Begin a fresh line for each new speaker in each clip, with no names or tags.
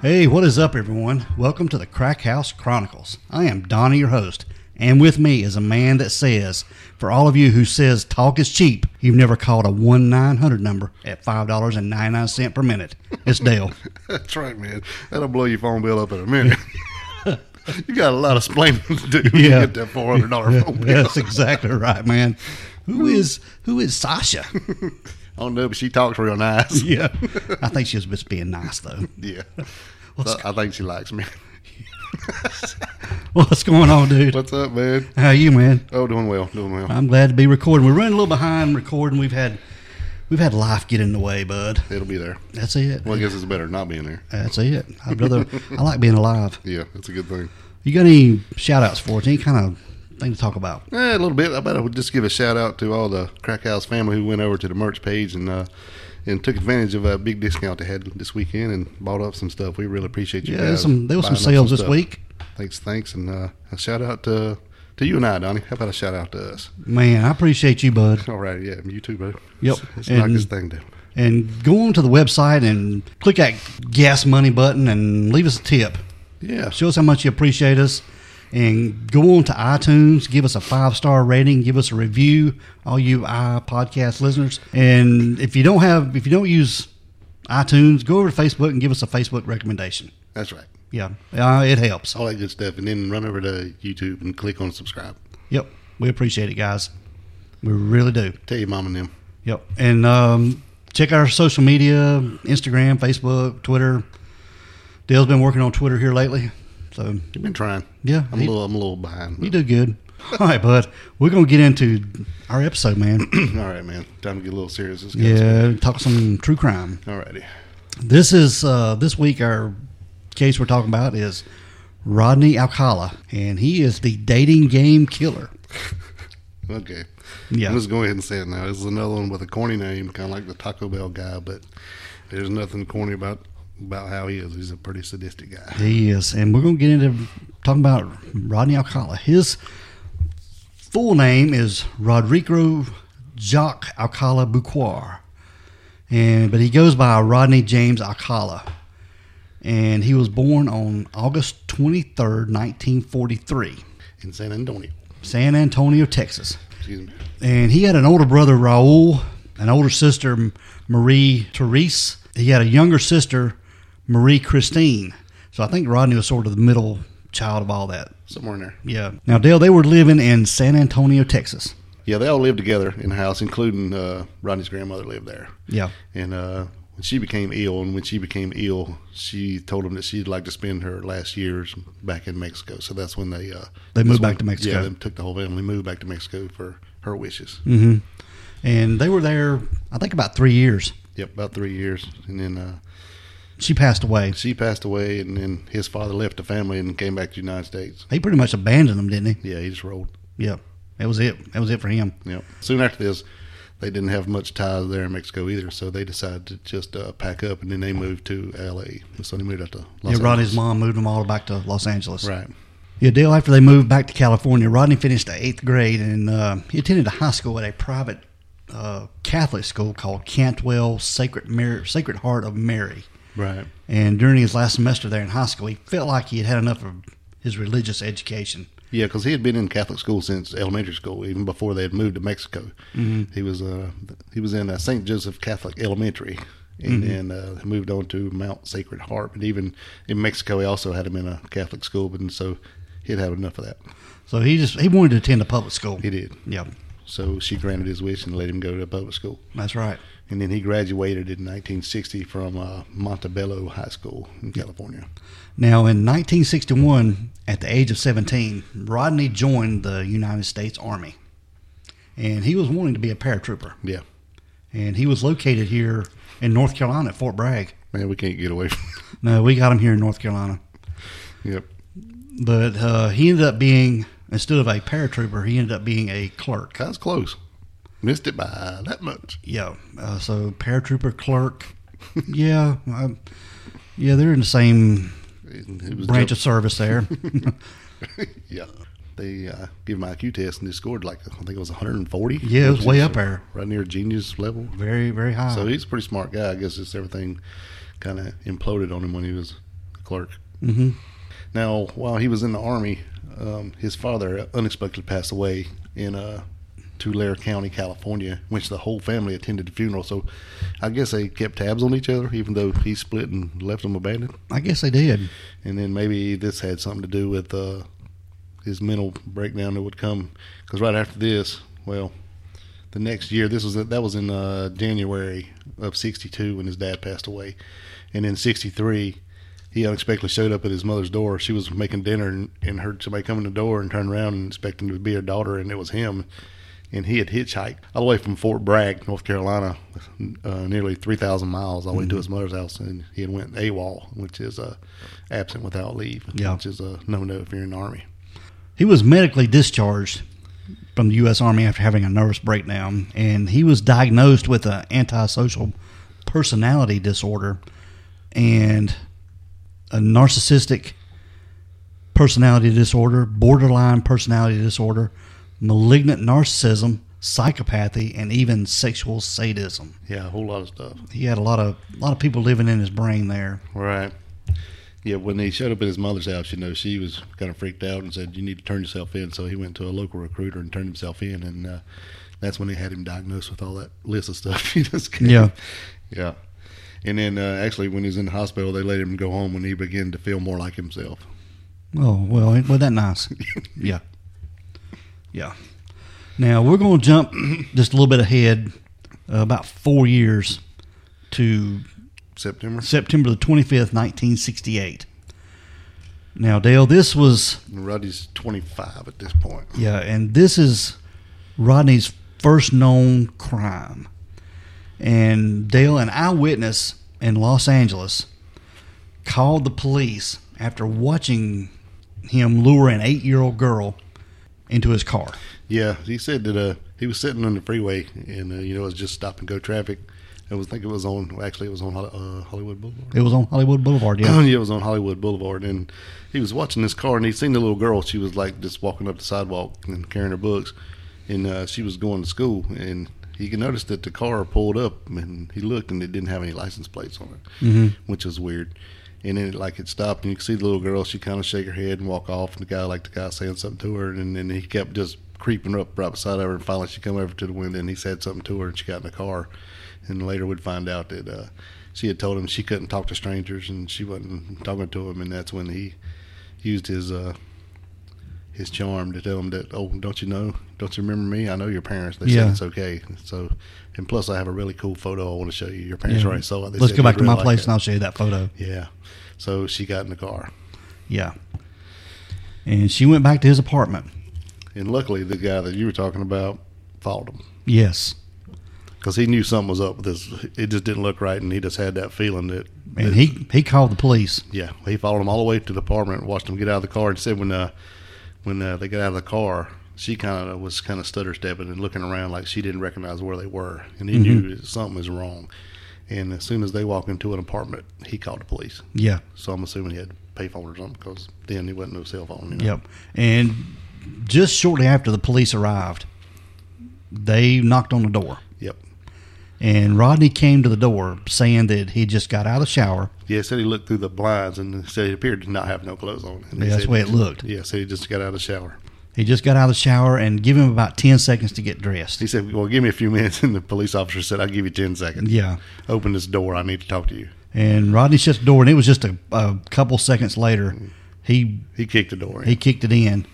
Hey, what is up, everyone? Welcome to the Crack House Chronicles. I am Donnie, your host, and with me is a man that says, for all of you who says talk is cheap, you've never called a 1 900 number at $5.99 per minute. It's Dale.
That's right, man. That'll blow your phone bill up in a minute. you got a lot of splaining to do when
Yeah.
you get that four hundred dollar phone bill.
That's exactly right, man. Who is who is Sasha?
I don't know, but she talks real nice.
Yeah, I think she's just being nice though.
Yeah. So I think she likes me.
What's going on, dude?
What's up, man?
How you, man?
Oh, doing well, doing well.
I'm glad to be recording. We're running a little behind recording. We've had we've had life get in the way, bud.
It'll be there.
That's it.
Well, I guess it's better not being there.
That's it. I'd rather. I like being alive.
Yeah, that's a good thing.
You got any shout outs for us? Any kind of thing to talk about?
Eh, a little bit. I bet I would just give a shout out to all the Crack House family who went over to the merch page and uh, and took advantage of a big discount they had this weekend and bought up some stuff. We really appreciate you
Yeah,
guys.
there's some, there was some
buying up
sales this
stuff.
week.
Thanks, thanks, and uh, a shout out to to you and I, Donnie. How about a shout out to us?
Man, I appreciate you, bud.
All right, yeah, you too, bro.
Yep,
it's, it's not
and-
this thing to.
And go on to the website and click that gas money button and leave us a tip.
Yeah,
Show us how much you appreciate us. And go on to iTunes, give us a five star rating, give us a review, all you i podcast listeners. And if you don't have, if you don't use iTunes, go over to Facebook and give us a Facebook recommendation.
that's right.
Yeah, uh, it helps.
All that good stuff, and then run over to YouTube and click on subscribe.
Yep, we appreciate it, guys. We really do.
Tell your mom and them.
Yep. And um, check our social media Instagram, Facebook, Twitter. Dale's been working on Twitter here lately. So
You've been trying.
Yeah,
I'm
he-
a little. I'm a little behind.
you
but-
do good. All right, bud. We're going to get into our episode, man.
All right, man. Time to get a little serious. Let's get this-
yeah, talk some true crime.
All righty.
This is uh, this week our case we're talking about is Rodney Alcala, and he is the dating game killer.
Okay.
Yeah.
I'm just going ahead and say it now. This is another one with a corny name, kind of like the Taco Bell guy, but there's nothing corny about about how he is. He's a pretty sadistic guy.
He is, and we're going to get into talking about Rodney Alcala. His full name is Rodrigo Jacques Alcala Buquar, and but he goes by Rodney James Alcala, and he was born on August twenty third, nineteen forty three,
In San Antonio.
San Antonio, Texas,
Excuse me.
and he had an older brother Raul, an older sister M- Marie Therese. He had a younger sister Marie Christine. So I think Rodney was sort of the middle child of all that.
Somewhere in there.
Yeah. Now Dale, they were living in San Antonio, Texas.
Yeah, they all lived together in a house, including uh, Rodney's grandmother lived there.
Yeah.
And uh, when she became ill, and when she became ill, she told him that she'd like to spend her last years back in Mexico. So that's when they uh,
They moved
that's
back
when-
to Mexico.
Yeah, they took the whole family, moved back to Mexico for her wishes.
Hmm. And they were there, I think, about three years.
Yep, about three years, and then uh,
She passed away.
she passed away, and then his father left the family and came back to the United States.
He pretty much abandoned them, didn't
Yeah, he just rolled.
he? Yeah. That was it. That was it for him.
Yep. Soon after this, they didn't have much ties there in Mexico either, so they decided to just uh, pack up, and then they moved to L.A. So they moved out to Los
yeah, Rodney's
Angeles.
mom moved them all back to Los Angeles.
Right.
Yeah, Dale, after they moved back to California, Rodney finished the eighth grade and uh, he attended a high school at a private uh, Catholic school called Cantwell Sacred, Mary, Sacred Heart of Mary.
Right.
And during his last semester there in high school, he felt like he had had enough of his religious education.
Yeah, because he had been in Catholic school since elementary school, even before they had moved to Mexico. He was uh, he was in uh, St. Joseph Catholic Elementary, and then uh, moved on to Mount Sacred Heart. But even in Mexico, he also had him in a Catholic school, but and so he'd had enough of that.
So he just he wanted to attend a public school.
He did.
Yeah,
So she granted his wish and let him go to public school.
that's right.
And then he graduated in 1960 from uh, Montebello High School in California.
Now, in 1961, at the age of 17, Rodney joined the United States Army, and he was wanting to be a paratrooper.
Yeah.
And he was located here in North Carolina, at Fort Bragg.
Man, we can't get away from
No, we got him here in North Carolina.
Yep.
But uh, he ended up being instead of a paratrooper, he ended up being a clerk.
That's close. Missed it by that much.
Yeah. Uh, so paratrooper clerk. yeah. Um yeah, they're in the same
It was
branch of service there.
Yeah. They uh, give him an IQ test and he scored like, I think it was 140.
yeah, it was way up there.
Right near genius level.
Very, very high.
So he's a pretty smart guy. I guess just everything kind of imploded on him when he was clerk. Now, while he was in the army, um, his father unexpectedly passed away in uh, Tulare County, California, which the whole family attended the funeral. So I guess they kept tabs on each other, even though he split and left them abandoned.
I guess they did.
And then maybe this had something to do with uh, his mental breakdown that would come. Because right after this, well, the next year, this was that was in uh, January of '62 when his dad passed away, and in '63 he unexpectedly showed up at his mother's door. She was making dinner and, and heard somebody come in the door and turned around and expecting to be her daughter, and it was him. And he had hitchhiked all the way from Fort Bragg, North Carolina, uh, nearly 3,000 miles all the way to his mother's house. And he had went AWOL, which is uh, absent without leave,
Yeah.
which is a no-no if you're in the Army.
He was medically discharged from the U.S. Army after having a nervous breakdown, and he was diagnosed with an antisocial personality disorder and a narcissistic personality disorder, borderline personality disorder, malignant narcissism, psychopathy, and even sexual sadism.
Yeah, a whole lot of stuff.
He had a lot of a lot of people living in his brain there.
Right. Yeah, when he showed up at his mother's house, you know, she was kind of freaked out and said, "You need to turn yourself in." So he went to a local recruiter and turned himself in, and uh, that's when they had him diagnosed with all that list of stuff. he just gave.
Yeah.
yeah. And then uh, actually, when he was in the hospital, they let him go home when he began to feel more like himself.
Oh well, ain't was that nice? yeah, yeah. Now we're going to jump just a little bit ahead, uh, about four years, to
September
September the twenty fifth, nineteen sixty eight. Now, Dale, this was
Roddy's twenty-five at this point.
yeah, and this is Rodney's first known crime. And Dale, an eyewitness in Los Angeles, called the police after watching him lure an eight year old girl into his car.
Yeah, he said that uh, he was sitting on the freeway, and uh, you know, it was just stop and go traffic. I was think it was on. Actually, it was on Hol- uh, Hollywood Boulevard.
It was on Hollywood Boulevard,
yeah.
yeah.
it was on Hollywood Boulevard, and he was watching this car, and he seen the little girl. She was like just walking up the sidewalk and carrying her books, and uh, she was going to school. And he noticed that the car pulled up, and he looked, and it didn't have any license plates on it, which was weird. And then, like, it stopped, and you could see the little girl. She kind of shake her head and walk off. And the guy, like, the guy saying something to her, and then he kept just creeping up right beside her. And finally, she come over to the window, and he said something to her, and she got in the car. And later, would find out that uh, she had told him she couldn't talk to strangers and she wasn't talking to him and that's when he used his uh his charm to tell him that oh don't you know don't you remember me i know your parents they
Yeah.
said it's okay so and plus i have a really cool photo i want to show you your parents
Yeah.
already saw it They
Let's
said
go
they'd
back to my
really
place
like
and I'll show you that photo.
it. yeah so she got in the car
Yeah. And she went back to his apartment.
and luckily the guy that you were talking about followed him
Yes.
because he knew something was up with this it just didn't look right and he just had that feeling that
And
that-
he, he called the police.
Yeah, he followed them all the way to the apartment, watched them get out of the car, and said when uh, when uh, they got out of the car, she kind of was kind of stutter stepping and looking around like she didn't recognize where they were, and he
Mm-hmm.
knew that something was wrong. And as soon as they walked into an apartment, he called the police.
Yeah.
So I'm assuming he had a payphone or something because then he wasn't no cell phone. You know?
Yep. And just shortly after the police arrived, they knocked on the door.
Yep.
And Rodney came to the door saying that he just got out of the shower.
Yeah, he said he looked through the blinds and said he appeared to not have no clothes on. And he
Yeah, that's
said-
the way it looked.
Yeah, said he just got out of the shower.
He just got out of the shower and give him about 10 seconds to get dressed.
He said, "Well, give me a few minutes," and the police officer said, "I'll give you ten seconds.
Yeah.
Open this door. I need to talk to you."
And Rodney shut the door, and it was just a, a couple seconds later, he
He kicked the door. in.
He kicked it in.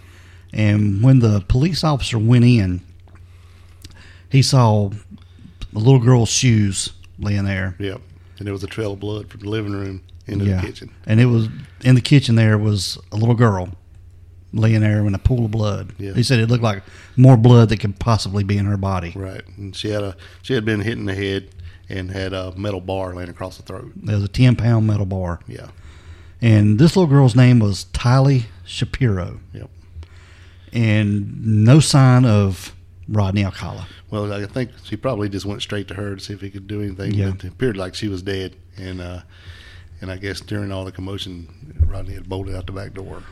And when the police officer went in, he saw a little girl's shoes laying there.
Yep. And there was a trail of blood from the living room into the kitchen.
And it was in the kitchen there was a little girl laying there in a pool of blood.
Yeah.
He said it looked like more blood that could possibly be in her body.
Right. And she had a she had been hit in the head and had a metal bar laying across the throat.
There was a 10 pound metal bar.
Yeah.
And this little girl's name was Tylee Shapiro.
Yep.
And no sign of Rodney Alcala.
Well, I think she probably just went straight to her to see if he could do anything.
Yeah.
It appeared like she was dead and uh and I guess during all the commotion Rodney had bolted out the back door.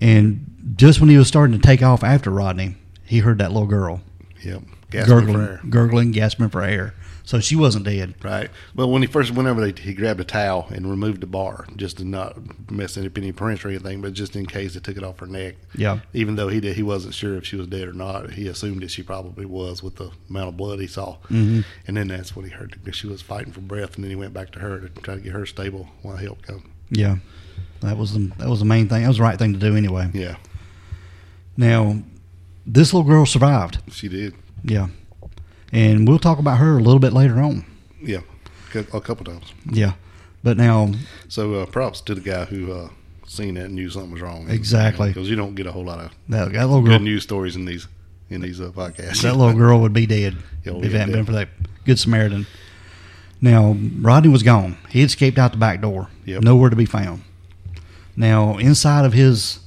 And just when he was starting to take off after Rodney, he heard that little girl
Yep. Gasping for
gurgling,
air.
gurgling, gasping for air. So she wasn't dead.
Right. Well, when he first went over, they, he grabbed a towel and removed the bar just to not mess up any prints or anything, but just in case they took it off her neck.
Yeah.
Even though he did, he wasn't sure if she was dead or not. He assumed that she probably was with the amount of blood he saw. Mm-hmm. And then that's when he heard that she was fighting for breath, and then he went back to her to try to get her stable while help come.
Yeah. That was the that was the main thing. That was the right thing to do anyway.
Yeah,
Now, this little girl survived.
she did.
Yeah. And we'll talk about her a little bit later on.
Yeah, a cou- a couple times.
Yeah. But now,
So uh, props to the guy who uh, seen that and knew something was wrong.
Exactly.
Because you don't get a whole lot of
that, that little girl
good news stories in these in these uh, podcasts.
that little girl would be dead
Yeah,
if
well,
it
yeah,
hadn't been
dead.
for that good Samaritan. Now, Rodney was gone. He had escaped out the back door.
Yep.
Nowhere to be found. Now, inside of his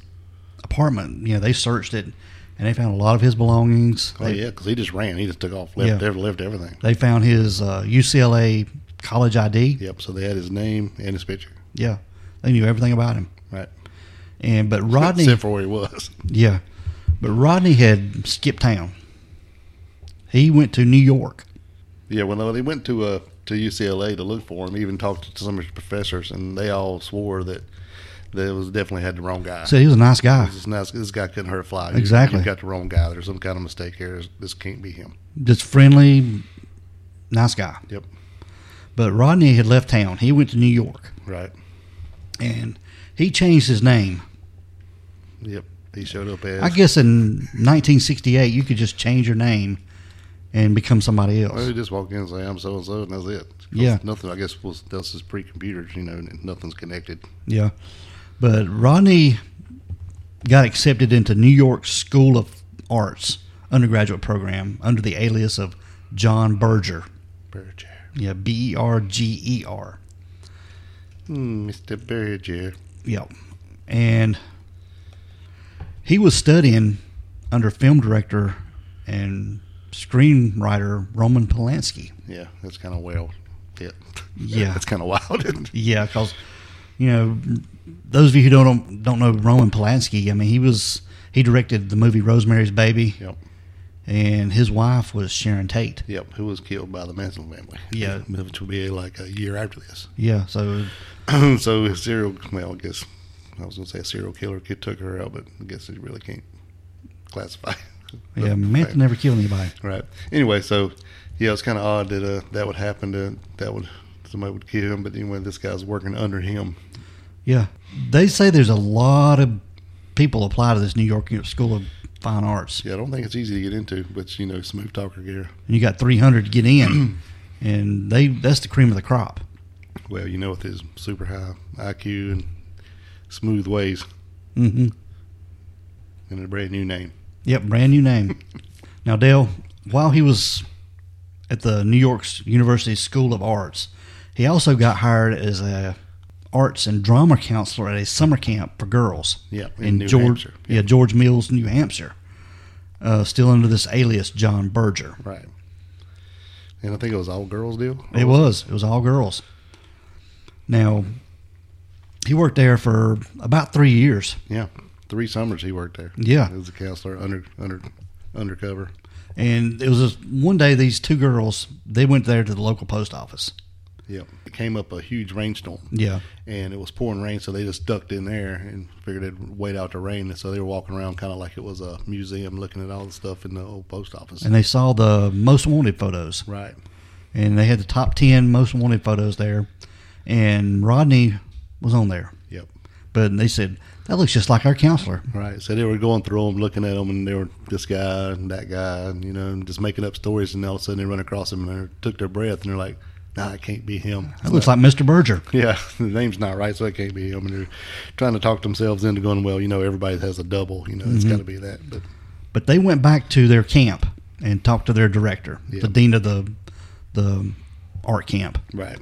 apartment, you know, they searched it and they found a lot of his belongings.
Oh
they,
yeah, because he just ran. He just took off, left,
Yeah.
ev- left everything.
they found his uh, UCLA college ID.
Yep. So they had his name and his picture.
Yeah. They knew everything about him.
Right.
And but Rodney
Except for where he was.
Yeah. But Rodney had skipped town. He went to New York.
Yeah. Well, no, they went to uh to UCLA to look for him. Even talked to some of his professors, and they all swore that that it was definitely had the wrong guy.
Said he was a nice guy.
It's not- this guy couldn't hurt a fly. You-
Exactly.
You got the wrong guy. There's some kind of mistake here. This- This can't be him.
Just friendly, nice guy.
Yep.
But Rodney had left town. He went to New York
Right.
and he changed his name.
Yep. He showed up as.
I guess in 1968, you could just change your name and become somebody
Well,
else.
you just walk in and say I'm so and so, and that's it. 'Cause
Yeah.
nothing. I guess was this is pre-computers, you know, and nothing's connected.
Yeah. But Rodney got accepted into New York School of Arts undergraduate program under the alias of John Berger.
Berger,
Yeah, B E R G E R.
Hmm, Mister Berger.
Yep. And he was studying under film director and screenwriter Roman Polanski.
Yeah, that's kind of wild. Yeah,
Yeah.
that's kind of wild. Isn't it?
Yeah, because you know those of you who don't don't know Roman Polanski, I mean he was he directed the movie Rosemary's Baby,
Yep,
and his wife was Sharon Tate.
yep. Who was killed by the Manson family?
Yeah.
which would be like a year after this.
Yeah, so
so his serial. Well, I guess I was gonna say a serial killer kid took her out, but I guess he really can't classify.
yeah, Manson never killed anybody.
Right. Anyway, so yeah, it's kind of odd that uh, that would happen to that would somebody would kill him, but anyway, this guy's working under him.
Yeah, they say there's a lot of people apply to this New York School of Fine Arts.
Yeah, I don't think it's easy to get into, but you know, smooth talker gear.
and you got 300 to get in, and they that's the cream of the crop.
Well, you know, with his super high IQ and smooth ways
Mm-hmm.
and a brand new name.
Yep, brand new name. now, Dale, while he was at the New York University School of Arts, he also got hired as a arts and drama counselor at a summer camp for girls.
Yeah, in
in,
New
George,
Hampshire.
yeah, George Mills, New Hampshire. Uh, still under this alias, John Berger.
Right. And I think it was all girls deal.
It was. It was all girls. Now, he worked there for about three years.
Yeah, three summers he worked there.
Yeah.
as a counselor under under undercover.
And it was this, one day these two girls they went there to the local post office.
Yeah, it came up a huge rainstorm.
Yeah,
and it was pouring rain, so they just ducked in there and figured it'd wait out the rain. And so they were walking around kind of like it was a museum, looking at all the stuff in the old post office.
and they saw the most wanted photos,
right.
and they had the top ten most wanted photos there, and Rodney was on there.
Yep.
But they said that looks just like our counselor.
Right. So they were going through them, looking at them, and they were this guy and that guy, and you know, and just making up stories. And all of a sudden, they run across him and they took their breath, and they're like, "Nah, it can't be him."
That looks like Mr. Berger.
Yeah, the name's not right, so it can't be him. And they're trying to talk themselves into going, "Well, you know, everybody has a double. You know, it's got to be that." But
But they went back to their camp and talked to their director,
Yeah.
the dean of the the art camp,
right,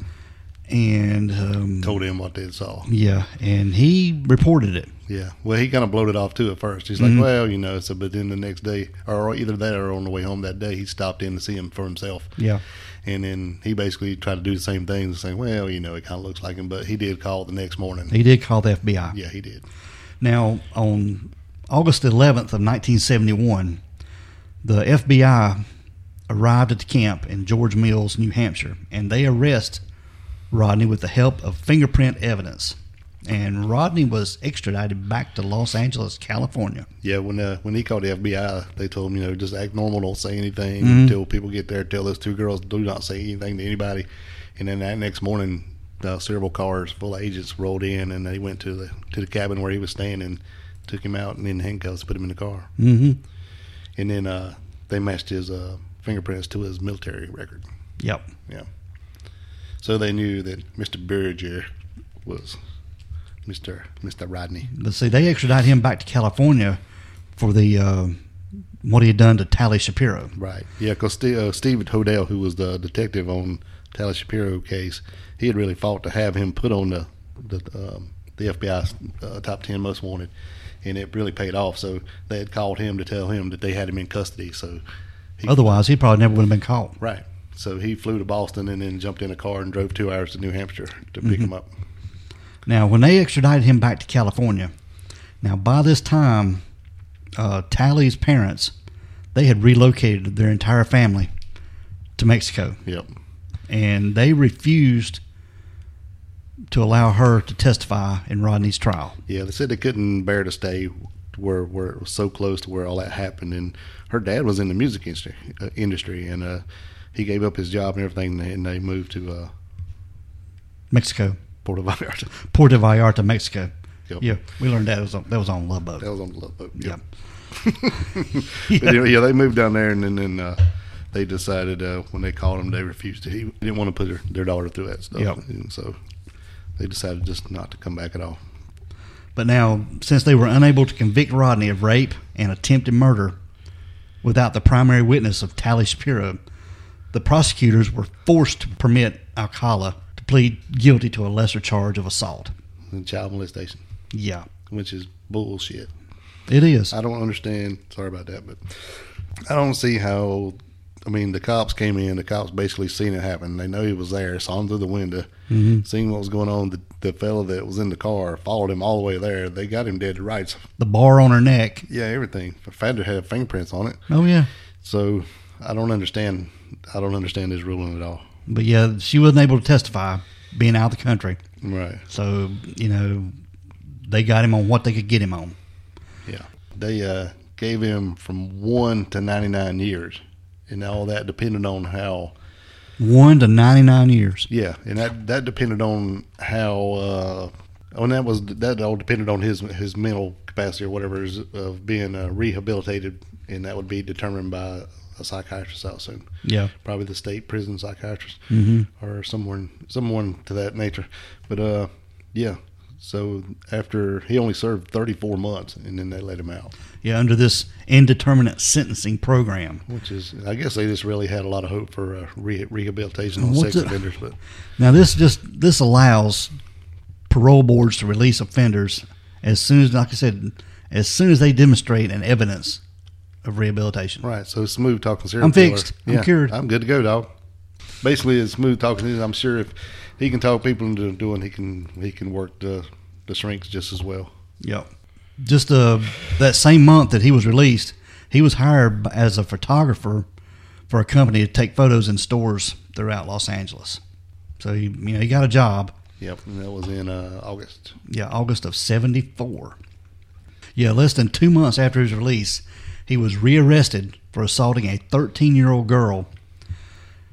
and um,
told him what they saw.
yeah, and he reported it.
Yeah. Well, he kind of bloated off too at first. He's like, well, you know, so, but then the next day, or either that or on the way home that day, he stopped in to see him for himself.
Yeah.
And then he basically tried to do the same thing and saying, well, you know, it kind of looks like him, but he did call the next morning.
He did call the FBI.
yeah, he did.
Now, on August 11th of 1971, the FBI arrived at the camp in George Mills, New Hampshire, and they arrest Rodney with the help of fingerprint evidence. And Rodney was extradited back to Los Angeles, California.
Yeah, when uh, when he called the FBI, they told him, you know, just act normal, don't say anything until people get there. Tell those two girls, do not say anything to anybody. And then that next morning, uh, several cars full of agents rolled in, and they went to the to the cabin where he was staying and took him out and in handcuffs, put him in the car,
Mm-hmm.
and then uh, they matched his uh, fingerprints to his military record.
Yep.
Yeah, so they knew that Mister Berger was Mister Mister Rodney.
But see, they extradited him back to California for the uh, what he had done to Tally Shapiro.
Right. Yeah, because Steve, uh, Steve Hodell, who was the detective on Tyler Shapiro case, he had really fought to have him put on the the, um, the FBI's uh, top ten most wanted, and it really paid off. So they had called him to tell him that they had him in custody. So he,
Otherwise, he probably never would have been caught.
right. So he flew to Boston and then jumped in a car and drove two hours to New Hampshire to pick him up.
Now, when they extradited him back to California, now by this time, uh, Tally's parents they had relocated their entire family to Mexico,
Yep.
and they refused to allow her to testify in Rodney's trial.
Yeah, they said they couldn't bear to stay where where it was so close to where all that happened. And her dad was in the music industry, uh, industry and uh, he gave up his job and everything, and they, and they moved to uh,
Mexico,
Puerto Vallarta.
Puerto Vallarta, Mexico.
Yep.
Yeah, we learned that was on, that was on Love Boat.
That was on the love boat.
Yep.
But anyway, yeah, they moved down there, and then, then uh, they decided uh, when they called him, they refused to. He didn't want to put their, their daughter through that stuff.
Yep.
And so they decided just not to come back at all.
But now, since they were unable to convict Rodney of rape and attempted murder without the primary witness of Tally Shapiro, the prosecutors were forced to permit Alcala to plead guilty to a lesser charge of assault.
And child molestation,
Yeah,
which is bullshit.
it is.
I don't understand. Sorry about that, but I don't see how. I mean, the cops came in. The cops basically seen it happen. They know he was there, saw him through the window, seen what was going on. The, the fellow that was in the car followed him all the way there. They got him dead to rights.
The bar on her neck.
Yeah, everything. Fader had fingerprints on it,
Oh, yeah.
so I don't understand. I don't understand his ruling at all.
But yeah, she wasn't able to testify being out of the country.
Right.
So, you know, they got him on what they could get him on.
Yeah. They uh, gave him from one to ninety nine years, and all that depended on how
One to 99 years.
Yeah, and that that depended on how. Uh, and that was that all depended on his his mental capacity or whatever is of being uh, rehabilitated, and that would be determined by a psychiatrist out soon,
Yeah.
probably the state prison psychiatrist mm or someone someone to that nature. But uh, yeah, so after he only served thirty four months, and then they let him out,
Yeah, under this indeterminate sentencing program.
which is I guess they just really had a lot of hope for uh, re- rehabilitation on
What's
sex
it-
offenders, but.
Now this just this allows parole boards to release offenders as soon as, like I said, as soon as they demonstrate an evidence of rehabilitation.
Right. So smooth talking serial
I'm
killer.
fixed. I'm cured.
I'm good to go, dog. Basically, it's smooth talking. is, I'm sure if he can talk people into doing, he can he can work the the shrinks just as well.
Yep. Just uh, that same month that he was released, he was hired b- as a photographer for a company to take photos in stores throughout Los Angeles. So he, you know, he got a job.
Yep. And that was in uh, August.
Yeah, August of '74. Yeah, less than two months after his release, he was rearrested for assaulting a 13-year-old girl,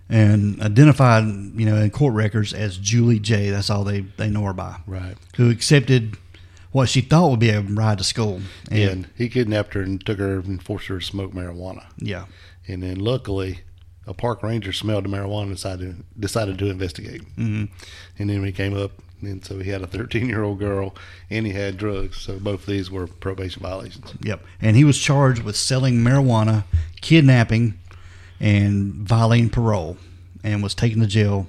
and identified, you know, in court records as Julie J. That's all they they know her by.
Right.
Who accepted what she thought would be a ride to school.
And he kidnapped her and took her and forced her to smoke marijuana.
yeah,
And then luckily, a park ranger smelled the marijuana and decided decided to investigate.
Mm-hmm.
mm And then we came up. And so he had a 13 year old girl and he had drugs. So both of these were probation violations.
yep. And he was charged with selling marijuana, kidnapping, and violating parole, and was taken to jail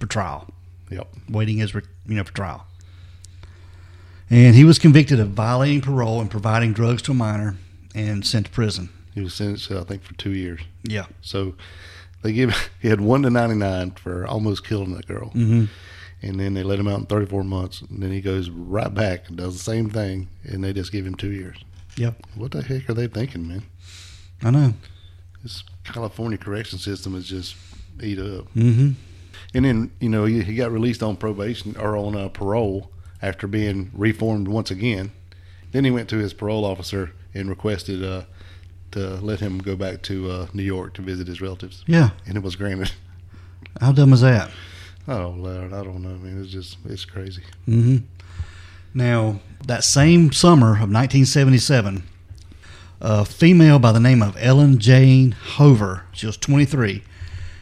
for trial.
Yep.
waiting his re- you know for trial. And he was convicted of violating parole and providing drugs to a minor, and sent to prison.
He was sentenced, I think, for two years.
Yeah,
So they give he had one to ninety nine for almost killing that girl, mm-hmm. and then they let him out in thirty four months. And then he goes right back and does the same thing, and they just give him two years.
yep.
What the heck are they thinking, man?
I know.
This California correction system is just eat up.
Mm-hmm.
And then you know he, he got released on probation or on uh, parole after being reformed once again. Then he went to his parole officer and requested uh, to let him go back to uh, New York to visit his relatives,
Yeah.
and it was granted.
How dumb is that?
Oh Lord, I don't know, man. It's just it's crazy.
hmm Now, that same summer of 1977, a female by the name of Ellen Jane Hover, she was 23,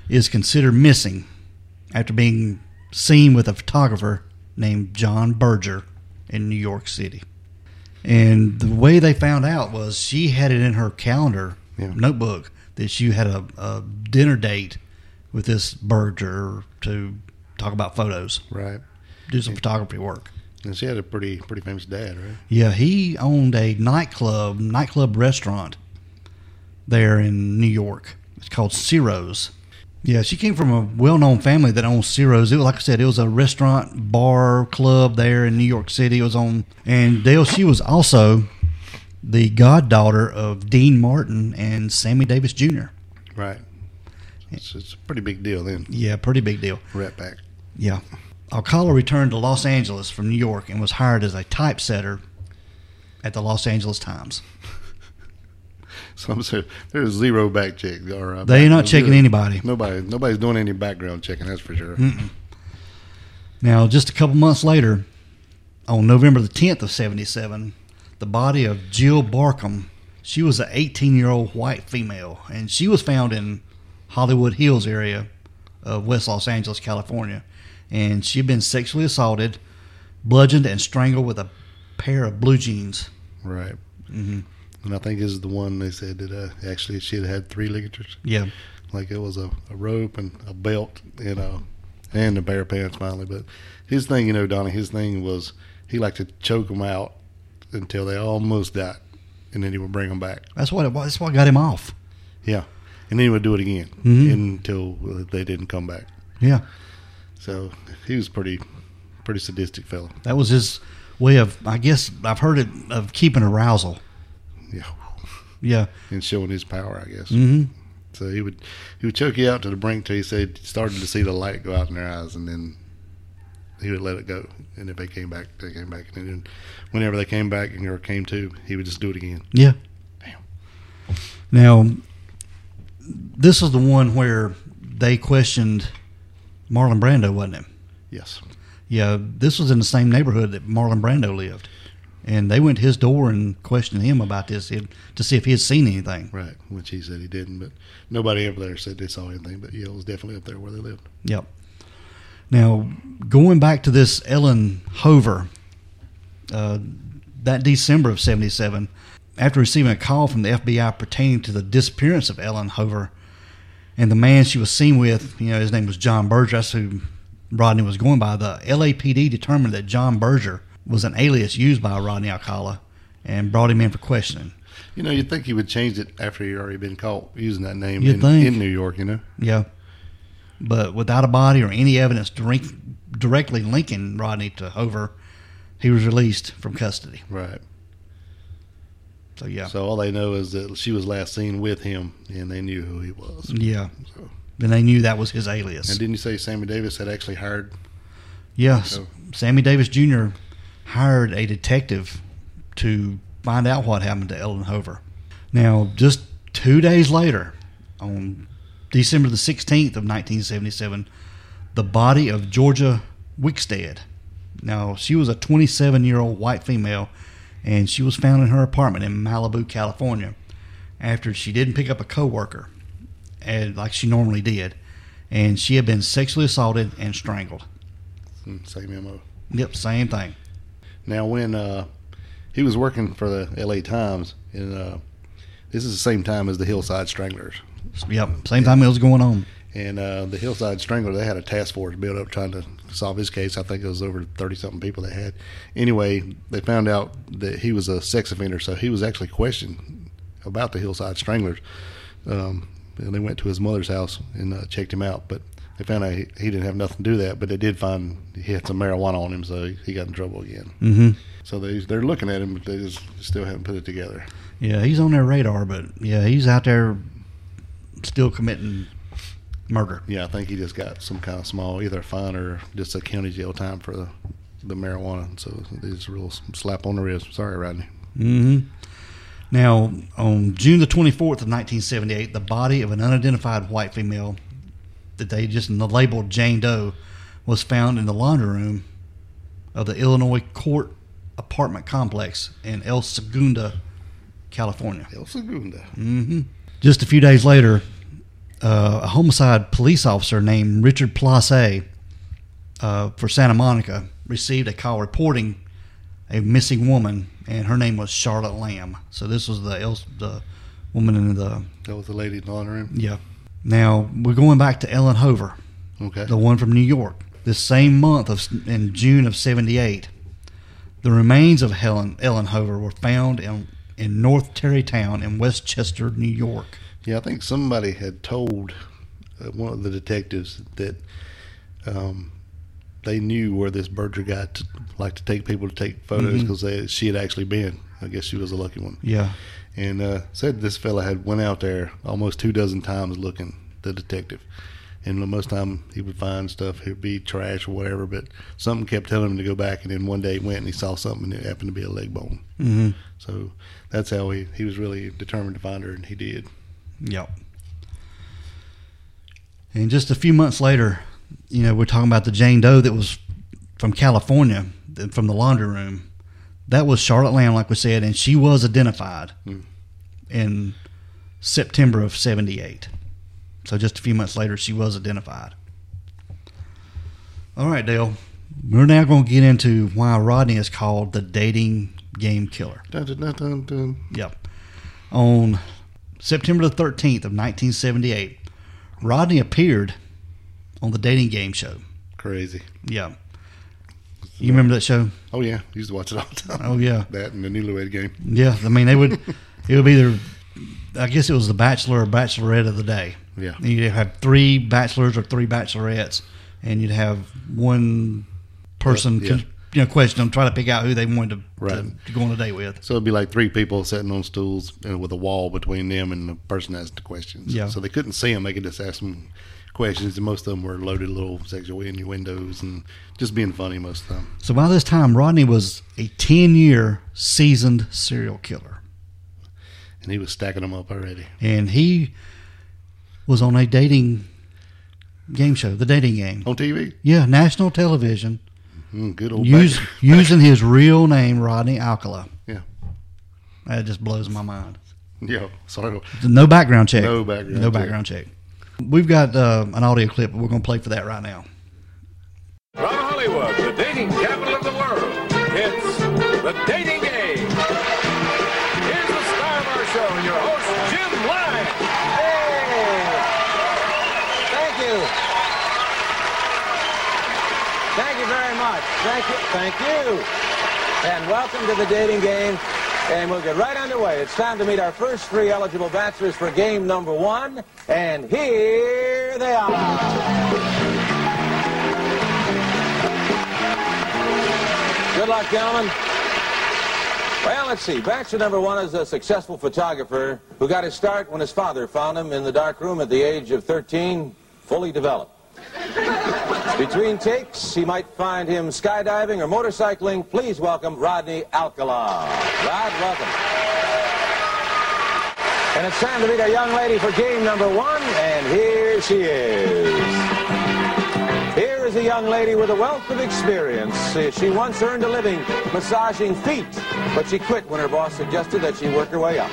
is considered missing after being seen with a photographer named John Berger in New York City. And the way they found out was she had it in her calendar
Yeah.
notebook that she had a, a dinner date with this Berger to talk about photos,
Right.
do some photography work.
And she had a pretty pretty famous dad, right?
Yeah, he owned a nightclub, nightclub restaurant there in New York. It's called Ciro's. Yeah, she came from a well-known family that owned Ciro's. It was like I said, it was a restaurant, bar, club there in New York City. It was on, and Dale. She was also the goddaughter of Dean Martin and Sammy Davis Jr.
Right. It's, it's a pretty big deal then.
Yeah, pretty big deal.
Rat pack.
Yeah. Alcala returned to Los Angeles from New York and was hired as a typesetter at the Los Angeles Times.
So I'm saying there's zero back check. Or, uh,
They
back-
are not checking anybody.
Nobody, nobody's doing any background checking. That's for sure.
Now, just a couple months later, on November the 10th of 77, the body of Jill Barkham, she was an 18 year old white female, and she was found in Hollywood Hills area of West Los Angeles, California. And she'd been sexually assaulted, bludgeoned, and strangled with a pair of blue jeans.
Right.
Mm-hmm.
And I think this is the one they said that uh, actually she had had three ligatures.
Yeah.
Like it was a, a rope and a belt and a and a pair of pants finally. But his thing, you know, Donnie, his thing was he liked to choke them out until they almost died, and then he would bring them back.
That's what, it was. that's what got him off.
Yeah, and then he would do it again
Mhm.
until they didn't come back.
Yeah.
So he was pretty, pretty sadistic fellow.
That was his way of, I guess, I've heard it, of keeping arousal.
Yeah,
Yeah.
and showing his power, I guess.
Mm hmm.
So he would he would choke you out to the brink till he said started to see the light go out in their eyes, and then he would let it go. And if they came back, they came back. And then whenever they came back and or came to, he would just do it again.
Yeah.
Damn.
Now, this is the one where they questioned Marlon Brando, wasn't it?
Yes,
Yeah, this was in the same neighborhood that Marlon Brando lived. And they went to his door and questioned him about this eh, to see if he had seen anything.
right. Which he said he didn't, but nobody over there said they saw anything. But yeah, it was definitely up there where they lived.
Yep. Now, going back to this Ellen Hover, uh, that December of 77, after receiving a call from the FBI pertaining to the disappearance of Ellen Hover and the man she was seen with, you know, his name was John Berger, that's who Rodney was going by, the LAPD determined that John Berger was an alias used by Rodney Alcala and brought him in for questioning.
You know, you'd think he would change it after he'd already been caught using that name
You'd
in,
think.
in New York. You know,
Yeah. But without a body or any evidence direct, directly linking Rodney to Hover, he was released from custody.
right.
So, yeah.
So all they know is that she was last seen with him, and they knew who he was.
yeah.
So.
Then they knew that was his alias.
And didn't you say Sammy Davis had actually hired?
Yes.
Oh.
Sammy Davis Jr. hired a detective to find out what happened to Ellen Hover. Now, just two days later, on December the 16th of 1977, the body of Georgia Wickstead. Now, she was a 27 year old white female, and she was found in her apartment in Malibu, California, after she didn't pick up a coworker, and like she normally did, and she had been sexually assaulted and strangled.
Hmm, Same MO.
Yep, same thing.
Now, when uh, he was working for the L.A. Times, and uh, this is the same time as the Hillside Stranglers,
Yep, same time it was going on.
and uh, the Hillside Stranglers, they had a task force built up trying to solve his case. I think it was over thirty something people they had. Anyway, they found out that he was a sex offender, so he was actually questioned about the Hillside Stranglers. Um, and they went to his mother's house and uh, checked him out, but they found out he, he didn't have nothing to do with that. But they did find he had some marijuana on him, so he got in trouble again.
Mm-hmm.
So they they're looking at him, but they just still haven't put it together.
Yeah, he's on their radar, but yeah, he's out there still committing murder.
Yeah, I think he just got some kind of small, either fine or just a county jail time for the, the marijuana. So it's a real slap on the wrist. Sorry, Rodney.
hmm Now, on June the 24th of 1978, the body of an unidentified white female that they just labeled Jane Doe was found in the laundry room of the Illinois Court apartment complex in El Segundo, California.
El Segunda.
Mm-hmm. Just a few days later, uh, a homicide police officer named Richard Place uh, for Santa Monica received a call reporting a missing woman, and her name was Charlotte Lamb. So this was the else the woman in the
That was the lady in the laundry room.
yeah. Now we're going back to Ellen Hover,
Okay.
the one from New York. This same month of in June of '78, the remains of Helen Ellen Hover were found in in North Terrytown in Westchester, New York.
Yeah, I think somebody had told uh, one of the detectives that um, they knew where this Berger guy t- liked to take people to take photos because she had actually been. I guess she was a lucky one.
Yeah.
And uh, said this fella had went out there almost two dozen times looking the detective. And the most time he would find stuff, it'd be trash or whatever, but something kept telling him to go back. And then one day he went and he saw something that happened to be a leg bone.
Mm-hmm.
So that's how he, he was really determined to find her, and he did.
Yep. And just a few months later, you know, we're talking about the Jane Doe that was from California, th- from the laundry room. That was Charlotte Lamb, like we said, and she was identified
Mm.
in September of 78. So just a few months later, she was identified. All right, Dale. We're now going to get into why Rodney is called the dating game killer.
Dun, dun, dun, dun, dun.
Yep. On September the 13th of 1978, Rodney appeared on the dating game show.
Crazy.
Yeah. You remember that show?
Oh yeah, used to watch it all the time.
Oh, yeah.
That and the newlywed game.
Yeah. I mean, they would, it would be either, I guess it was the bachelor or bachelorette of the day.
Yeah.
And you'd have three bachelors or three bachelorettes, and you'd have one person,
Yeah.
you know, question them, try to pick out who they wanted to,
Right.
to go on a date with.
So it'd be like three people sitting on stools and with a wall between them and the person asking the questions.
Yeah.
So they couldn't see them. They could just ask them questions, and most of them were loaded little sexual innuendos and just being funny most of the time.
So by this time, Rodney was a 10 year seasoned serial killer.
And he was stacking them up already.
And he was on a dating game show, the dating game.
On TV,
Yeah, national television,
mm, good old
use,
back-
using his real name, Rodney Alcala.
Yeah.
That just blows my mind.
Yeah. Sorry.
No background check.
No background
No
check.
background check. We've got uh, an audio clip. We're going to play for that right now.
From Hollywood, the dating capital of the world, it's The Dating Game. Here's the star of our show, your host, Jim Lyons.
Thank you. Thank you very much. Thank you. Thank you. And welcome to the dating game. And we'll get right underway. It's time to meet our first three eligible bachelors for game number one. And here they are. Good luck, gentlemen. Well, let's see. Bachelor number one is a successful photographer who got his start when his father found him in the dark room at the age of 13, fully developed. Between takes, he might find him skydiving or motorcycling. Please welcome Rodney Alcala. Rod, welcome. And it's time to meet our young lady for game number one, and here she is. Here is a young lady with a wealth of experience. Uh, She once earned a living massaging feet, but she quit when her boss suggested that she work her way up.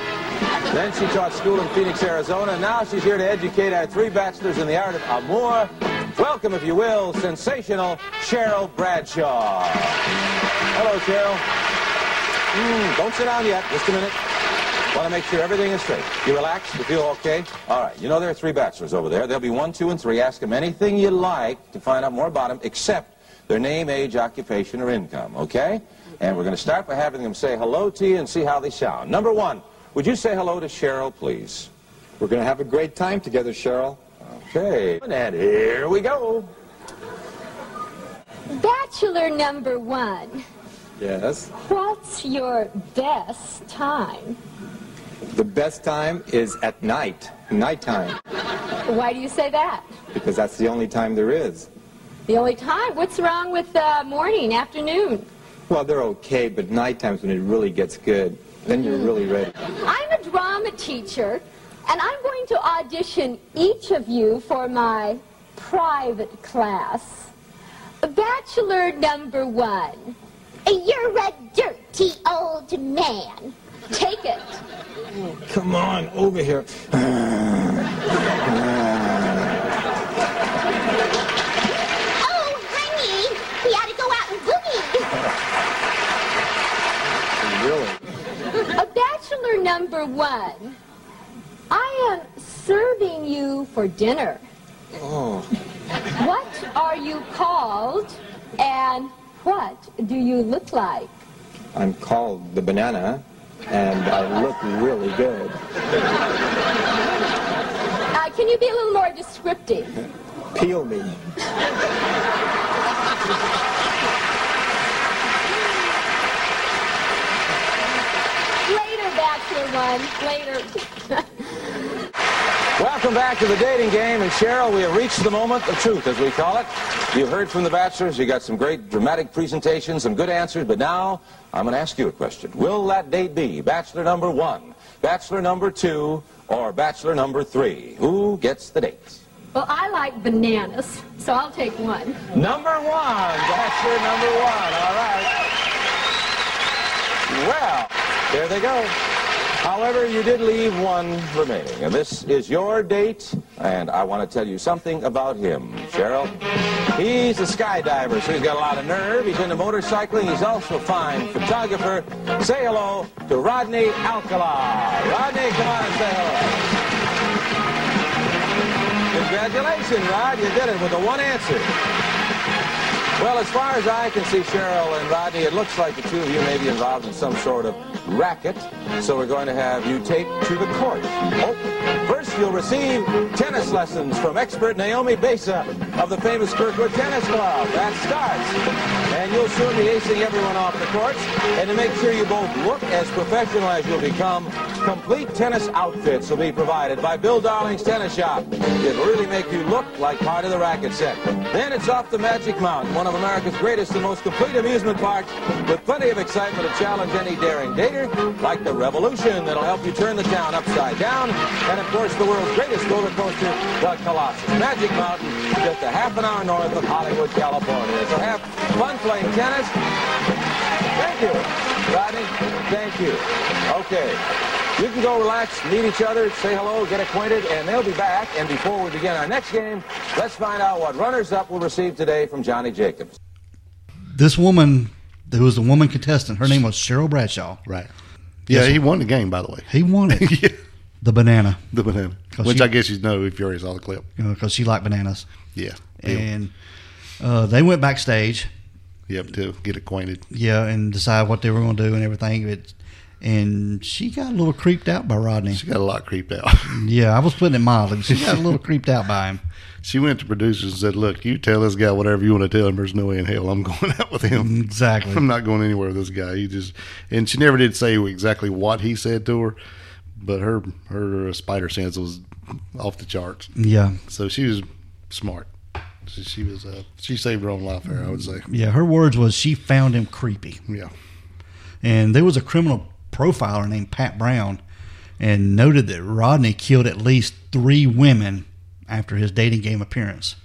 Then she taught school in Phoenix, Arizona, and now she's here to educate our three bachelors in the art of amour. Welcome, if you will, sensational Cheryl Bradshaw. Hello, Cheryl. Mm, don't sit down yet. Just a minute. Want to make sure everything is straight. You relax? You feel okay? All right. You know there are three bachelors over there. There'll be one, two, and three. Ask them anything you like to find out more about them, except their name, age, occupation, or income. Okay? And we're going to start by having them say hello to you and see how they sound. Number one, would you say hello to Cheryl, please?
We're going to have a great time together, Cheryl.
Okay. And here we go.
Bachelor number one,
Yes.
what's your best time?
The best time is at night, nighttime,
Why do you say that?
because that's the only time there is.
The only time. What's wrong with uh, morning, afternoon?
Well, they're okay, but nighttime's when it really gets good. Then you're really ready.
I'm a drama teacher, and I'm going to audition each of you for my private class. Bachelor number one. You're a dirty old man. Take it.
Come on, over here.
Oh, honey, we ought to go out and boogie.
Really?
A bachelor number one. I am serving you for dinner. Oh. What are you called, and what do you look like?
I'm called the banana, and I look really good.
Uh, can you be a little more descriptive?
Peel me.
Later, Bachelor One. Later.
Welcome back to the dating game, and Cheryl, we have reached the moment of truth, as we call it. You heard from the bachelors, you got some great dramatic presentations, some good answers, but now I'm going to ask you a question. Will that date be bachelor number one, bachelor number two, or bachelor number three? Who gets the date?
Well, I like bananas, so I'll take one.
Number one, bachelor number one. All right. Well, there they go. However, you did leave one remaining, and this is your date, and I want to tell you something about him, Cheryl. He's a skydiver, so he's got a lot of nerve. He's into motorcycling. He's also a fine photographer. Say hello to Rodney Alcala. Rodney, come on and say hello. Congratulations, Rod. You did it with the one answer. Well, as far as I can see, Cheryl and Rodney, it looks like the two of you may be involved in some sort of racket. So we're going to have you taped to the court. Oh, first, you'll receive tennis lessons from expert Naomi Besa of the famous Kirkwood Tennis Club. That starts. And you'll soon be acing everyone off the courts. And to make sure you both look as professional as you'll become, complete tennis outfits will be provided by Bill Darling's Tennis Shop. It'll really make you look like part of the racket set. Then it's off the Magic Mountain, one of America's greatest and most complete amusement parks, with plenty of excitement to challenge any daring dater, like the Revolution that'll help you turn the town upside down, and of course the world's greatest roller coaster, the Colossus. Magic Mountain, just a half an hour north of Hollywood, California. So have fun playing tennis. Thank you, Rodney. Thank you. Okay. You can go relax, meet each other, say hello, get acquainted, and they'll be back. And before we begin our next game, let's find out what runners-up will receive today from Johnny Jacobs.
This woman, who was the woman contestant, her name was Cheryl Bradshaw.
Right. Yeah, he won the game, by the way.
He won it. The banana,
The banana.
'Cause
Which
you-
I guess you know if you already saw the clip.
because she liked bananas.
Yeah.
And uh, they went backstage,
Yep, to get acquainted.
yeah, and decide what they were going to do and everything. But, and she got a little creeped out by Rodney.
She got a lot creeped out.
Yeah, I was putting it mildly. She got a little creeped out by him.
she went to producers and said, Look, you tell this guy whatever you want to tell him. There's no way in hell I'm going out with him.
Exactly.
I'm not going anywhere with this guy. He just, and she never did say exactly what he said to her, but her her uh, spider sense was off the charts.
Yeah,
So she was smart. She, she was uh, she saved her own life there. I would say.
yeah. Her words was she found him creepy.
Yeah.
and there was a criminal profiler named Pat Brown and noted that Rodney killed at least three women after his dating game appearance.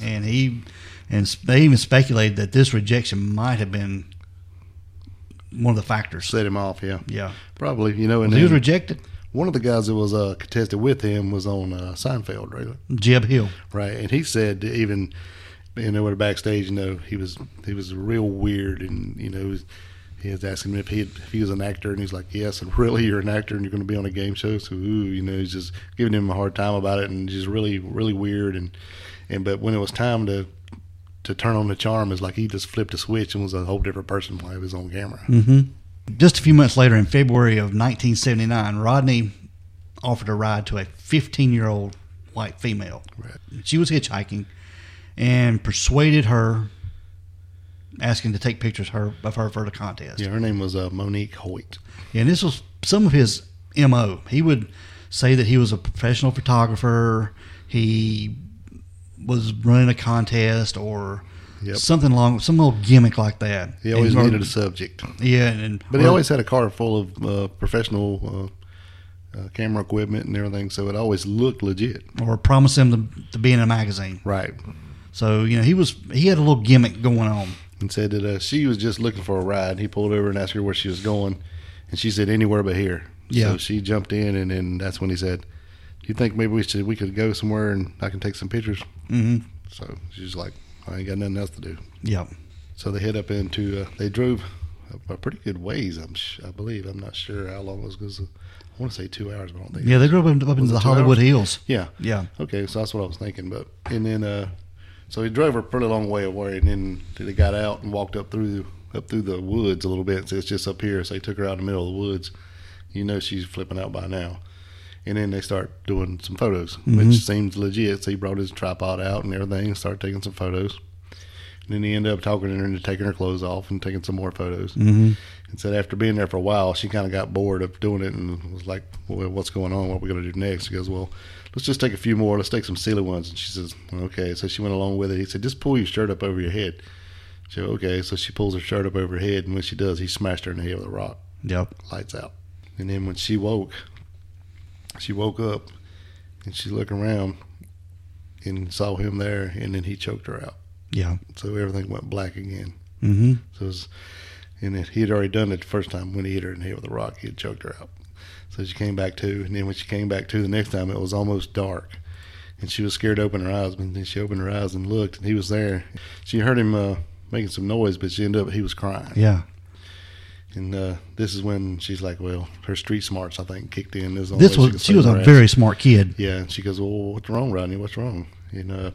And he and they even speculated that this rejection might have been one of the factors.
Set him off. Yeah.
Yeah.
Probably. You know. And
He was
then
rejected.
one of the guys that was uh, contested with him was on uh, Seinfeld, right?
Jeb Hill.
Right. And he said that even you know, at the backstage, you know, he was he was real weird, and you know, he was, he was asking him if he if he was an actor, and he's like, yes, and really, you're an actor, and you're going to be on a game show, so ooh, you know, he's just giving him a hard time about it, and just really really weird, and and but when it was time to to turn on the charm, it's like he just flipped a switch and was a whole different person while he was on camera.
Just a few months later, in February of 1979, Rodney offered a ride to a 15 year old white female. She was hitchhiking and persuaded her, asking to take pictures her, of her for the contest.
Yeah, her name was uh, Monique Hoyt.
And this was some of his MO. He would say that he was a professional photographer. He was running a contest or
Yep.
something along some little gimmick like that.
He always
And-
needed a subject.
yeah, and, and-
But he
or-
always had a car full of uh, professional uh, uh, camera equipment and everything, so it always looked legit.
or promise him to, to be in a magazine.
Right.
So you know he was he had a little gimmick going on.
And said that uh, she was just looking for a ride. He pulled over and asked her where she was going, and she said anywhere but here.
Yeah.
So she jumped in, and then that's when he said, "Do you think maybe we should we could go somewhere and I can take some pictures?" Mm-hmm. So she's like, "I ain't got nothing else to do."
Yeah,
So they head up into. Uh, they drove a, a pretty good ways. I'm sh- I believe I'm not sure how long it was. 'cause uh, I want to say two hours, but I don't think.
yeah, they drove up, up
Was
into
it
the
two
Hollywood
hours?
Hills.
Yeah.
Yeah.
Okay, so that's what I was thinking. But and then uh, so he drove a pretty long way away, and then they got out and walked up through up through the woods a little bit. So it's just up here. So they took her out in the middle of the woods. You know she's flipping out by now. And then they start doing some photos, which seems legit. So he brought his tripod out and everything, and started taking some photos. And then he ended up talking to her and taking her clothes off and taking some more photos. Mm-hmm. And said after being there for a while, she kind of got bored of doing it and was like, well, what's going on? What are we going to do next? He goes, well, let's just take a few more. Let's take some silly ones. And she says, okay. So she went along with it. He said, just pull your shirt up over your head. She said, okay. So she pulls her shirt up over her head. And when she does, he smashed her in the head with a rock
Yep.
lights out. And then when she woke, she woke up and she looked around and saw him there. And then he choked her out.
Yeah.
So everything went black again.
Mm-hmm.
So it was, and it, he had already done it the first time when he hit her in the head with a rock. He had choked her out. So she came back to, and then when she came back to the next time, it was almost dark, and she was scared to open her eyes. But then she opened her eyes and looked, and he was there. She heard him uh, making some noise, but she ended up he was crying.
Yeah.
And uh, this is when she's like, well, her street smarts I think kicked in. This, is the only
This
way
was
could
she
save
was a
her ass.
very smart kid.
Yeah, and she goes, "Well, what's wrong, Rodney? What's wrong?" And uh,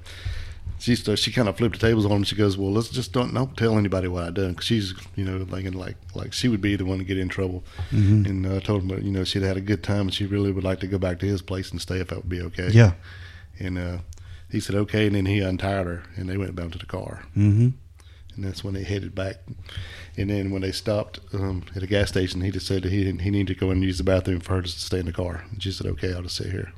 she starts, she kind of flipped the tables on him. She goes, "Well, let's just don't don't tell anybody what I done," because she's you know thinking like like she would be the one to get in trouble. And uh, I told him, that, you know, she'd had a good time and she really would like to go back to his place and stay if that would be okay.
Yeah.
And uh, he said, "Okay," and then he untied her and they went down to the car.
Mm-hmm.
And that's when they headed back. And then when they stopped um, at a gas station, he just said that he, he needed to go in and use the bathroom for her to stay in the car. And she said, okay, I'll just sit here.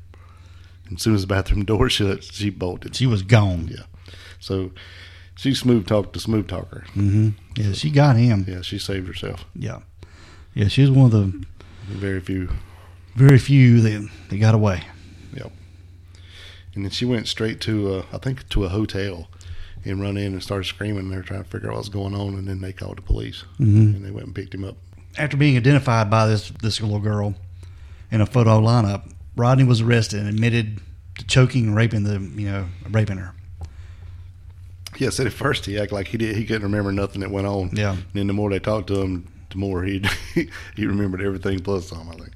And as soon as the bathroom door shut, she bolted.
She was gone.
yeah. So she smooth talked the smooth talker.
Mm-hmm. Yeah. She got him.
Yeah, she saved herself.
Yeah. Yeah. She was one of the
Very few.
very few that that got away.
Yep. And then she went straight to, uh, I think, to a hotel and run in and started screaming. They were trying to figure out what was going on. And then they called the police.
Mm-hmm.
And they went and picked him up.
After being identified by this this little girl in a photo lineup, Rodney was arrested and admitted to choking and raping the you know raping her.
Yeah, said at first he acted like he did he couldn't remember nothing that went on.
Yeah.
And then the more they talked to him, the more he he remembered everything plus some. I think.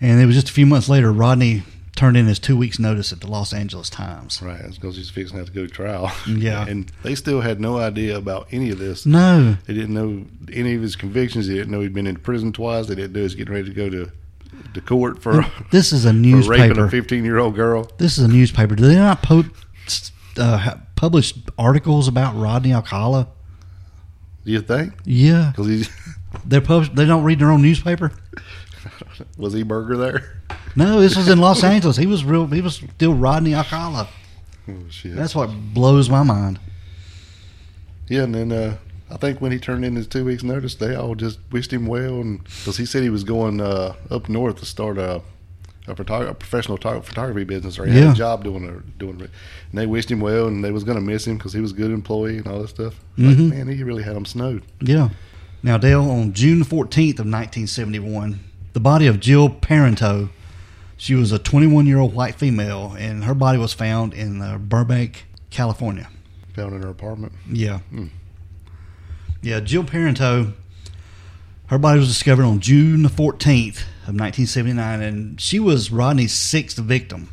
And it was just a few months later, Rodney turned in his two weeks' notice at the Los Angeles Times.
Right, that's because he's fixing to have to go to trial.
Yeah.
and they still had no idea about any of this.
No,
They didn't know any of his convictions. They didn't know he'd been in prison twice. They didn't know he's getting ready to go to to court for,
this is a
for raping a
newspaper.
fifteen year old girl.
This is a newspaper. Do they not po- uh, ha- publish articles about Rodney Alcala?
Do you think?
Yeah,
Because he's
they're pub- They don't read their own newspaper.
was he burger there?
No, this was in Los Angeles. He was real. He was still Rodney Alcala.
Oh shit.
That's what blows my mind.
Yeah, and then uh, I think when he turned in his two weeks' notice, they all just wished him well, and because he said he was going uh, up north to start a a, photog- a professional photo- photography business, or he had
Yeah.
a job doing a, doing, it. and they wished him well, and they was gonna miss him because he was a good employee and all this stuff.
Mhm.
Like, man, he really had him snowed.
Yeah. Now, Dale, on June 14th of 1971, the body of Jill Parento, she was a 21 year old white female, and her body was found in uh, Burbank, California.
Found in her apartment.
Yeah. Yeah, Jill Parento, her body was discovered on June the 14th of 1979, and she was Rodney's sixth victim.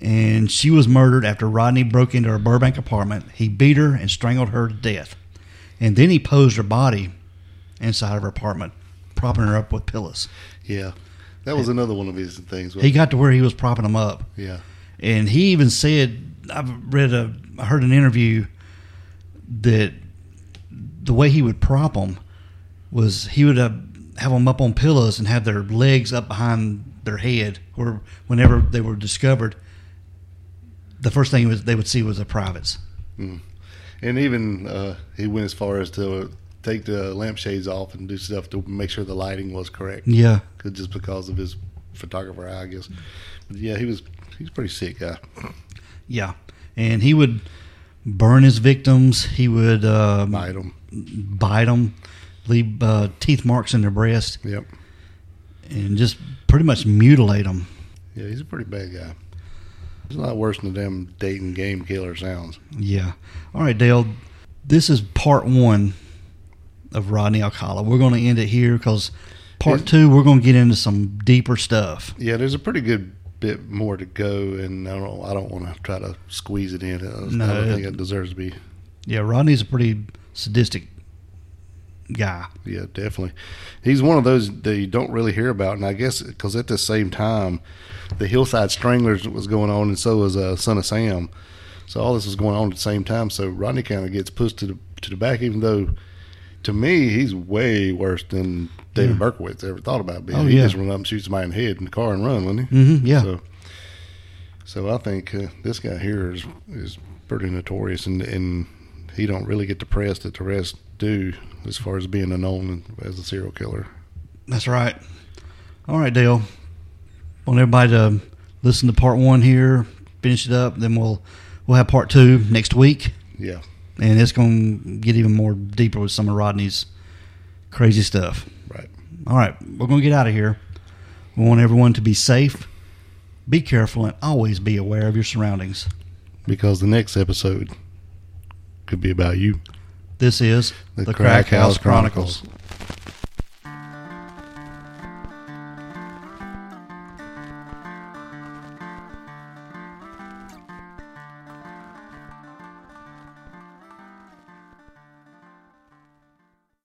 And she was murdered after Rodney broke into her Burbank apartment. He beat her and strangled her to death. And then he posed her body inside of her apartment, propping her up with pillows.
Yeah, that was another one of his things.
He got to where he was propping them up.
yeah,
And he even said, I've read a, I heard an interview that the way he would prop them was he would have have them up on pillows and have their legs up behind their head, or whenever they were discovered, the first thing was they would see was the privates.
And even uh, he went as far as to take the lampshades off and do stuff to make sure the lighting was correct.
Yeah.
just because of his photographer, I guess. But yeah, he was he's a pretty sick guy.
Yeah, and he would burn his victims. He would uh,
Bite him.
bite them, leave uh, teeth marks in their breast,
Yep.
and just pretty much mutilate them.
Yeah, he's a pretty bad guy. It's a lot worse than the damn Dayton game killer sounds.
Yeah. All right, Dale. This is part one of Rodney Alcala. We're going to end it here because part
Is-
two we're going to get into some deeper stuff.
Yeah, there's a pretty good bit more to go, and I don't I don't want to try to squeeze it in. I,
No,
I don't
it-
think it deserves to be.
Yeah, Rodney's a pretty sadistic guy.
Yeah, definitely. He's one of those that you don't really hear about, and I guess because at the same time, the Hillside Stranglers was going on, and so was uh, Son of Sam. So all this was going on at the same time. So Rodney kind of gets pushed to the to the back, even though to me he's way worse than David Berkowitz ever thought about being.
Oh,
he
yeah.
just run up and shoot somebody in the head in the car and run, wouldn't he?
Mhm, yeah.
So, so I think uh, this guy here is is pretty notorious, and and he don't really get the press that the rest do as far as being a known as a serial killer.
That's right. All right, Dale. Want everybody to listen to part one here, finish it up, then we'll we'll have part two next week,
Yeah.
and it's going to get even more deeper with some of Rodney's crazy stuff.
Right.
All right, we're going to get out of here. We want everyone to be safe, be careful, and always be aware of your surroundings.
Because the next episode could be about you.
This is
The Crack House Chronicles.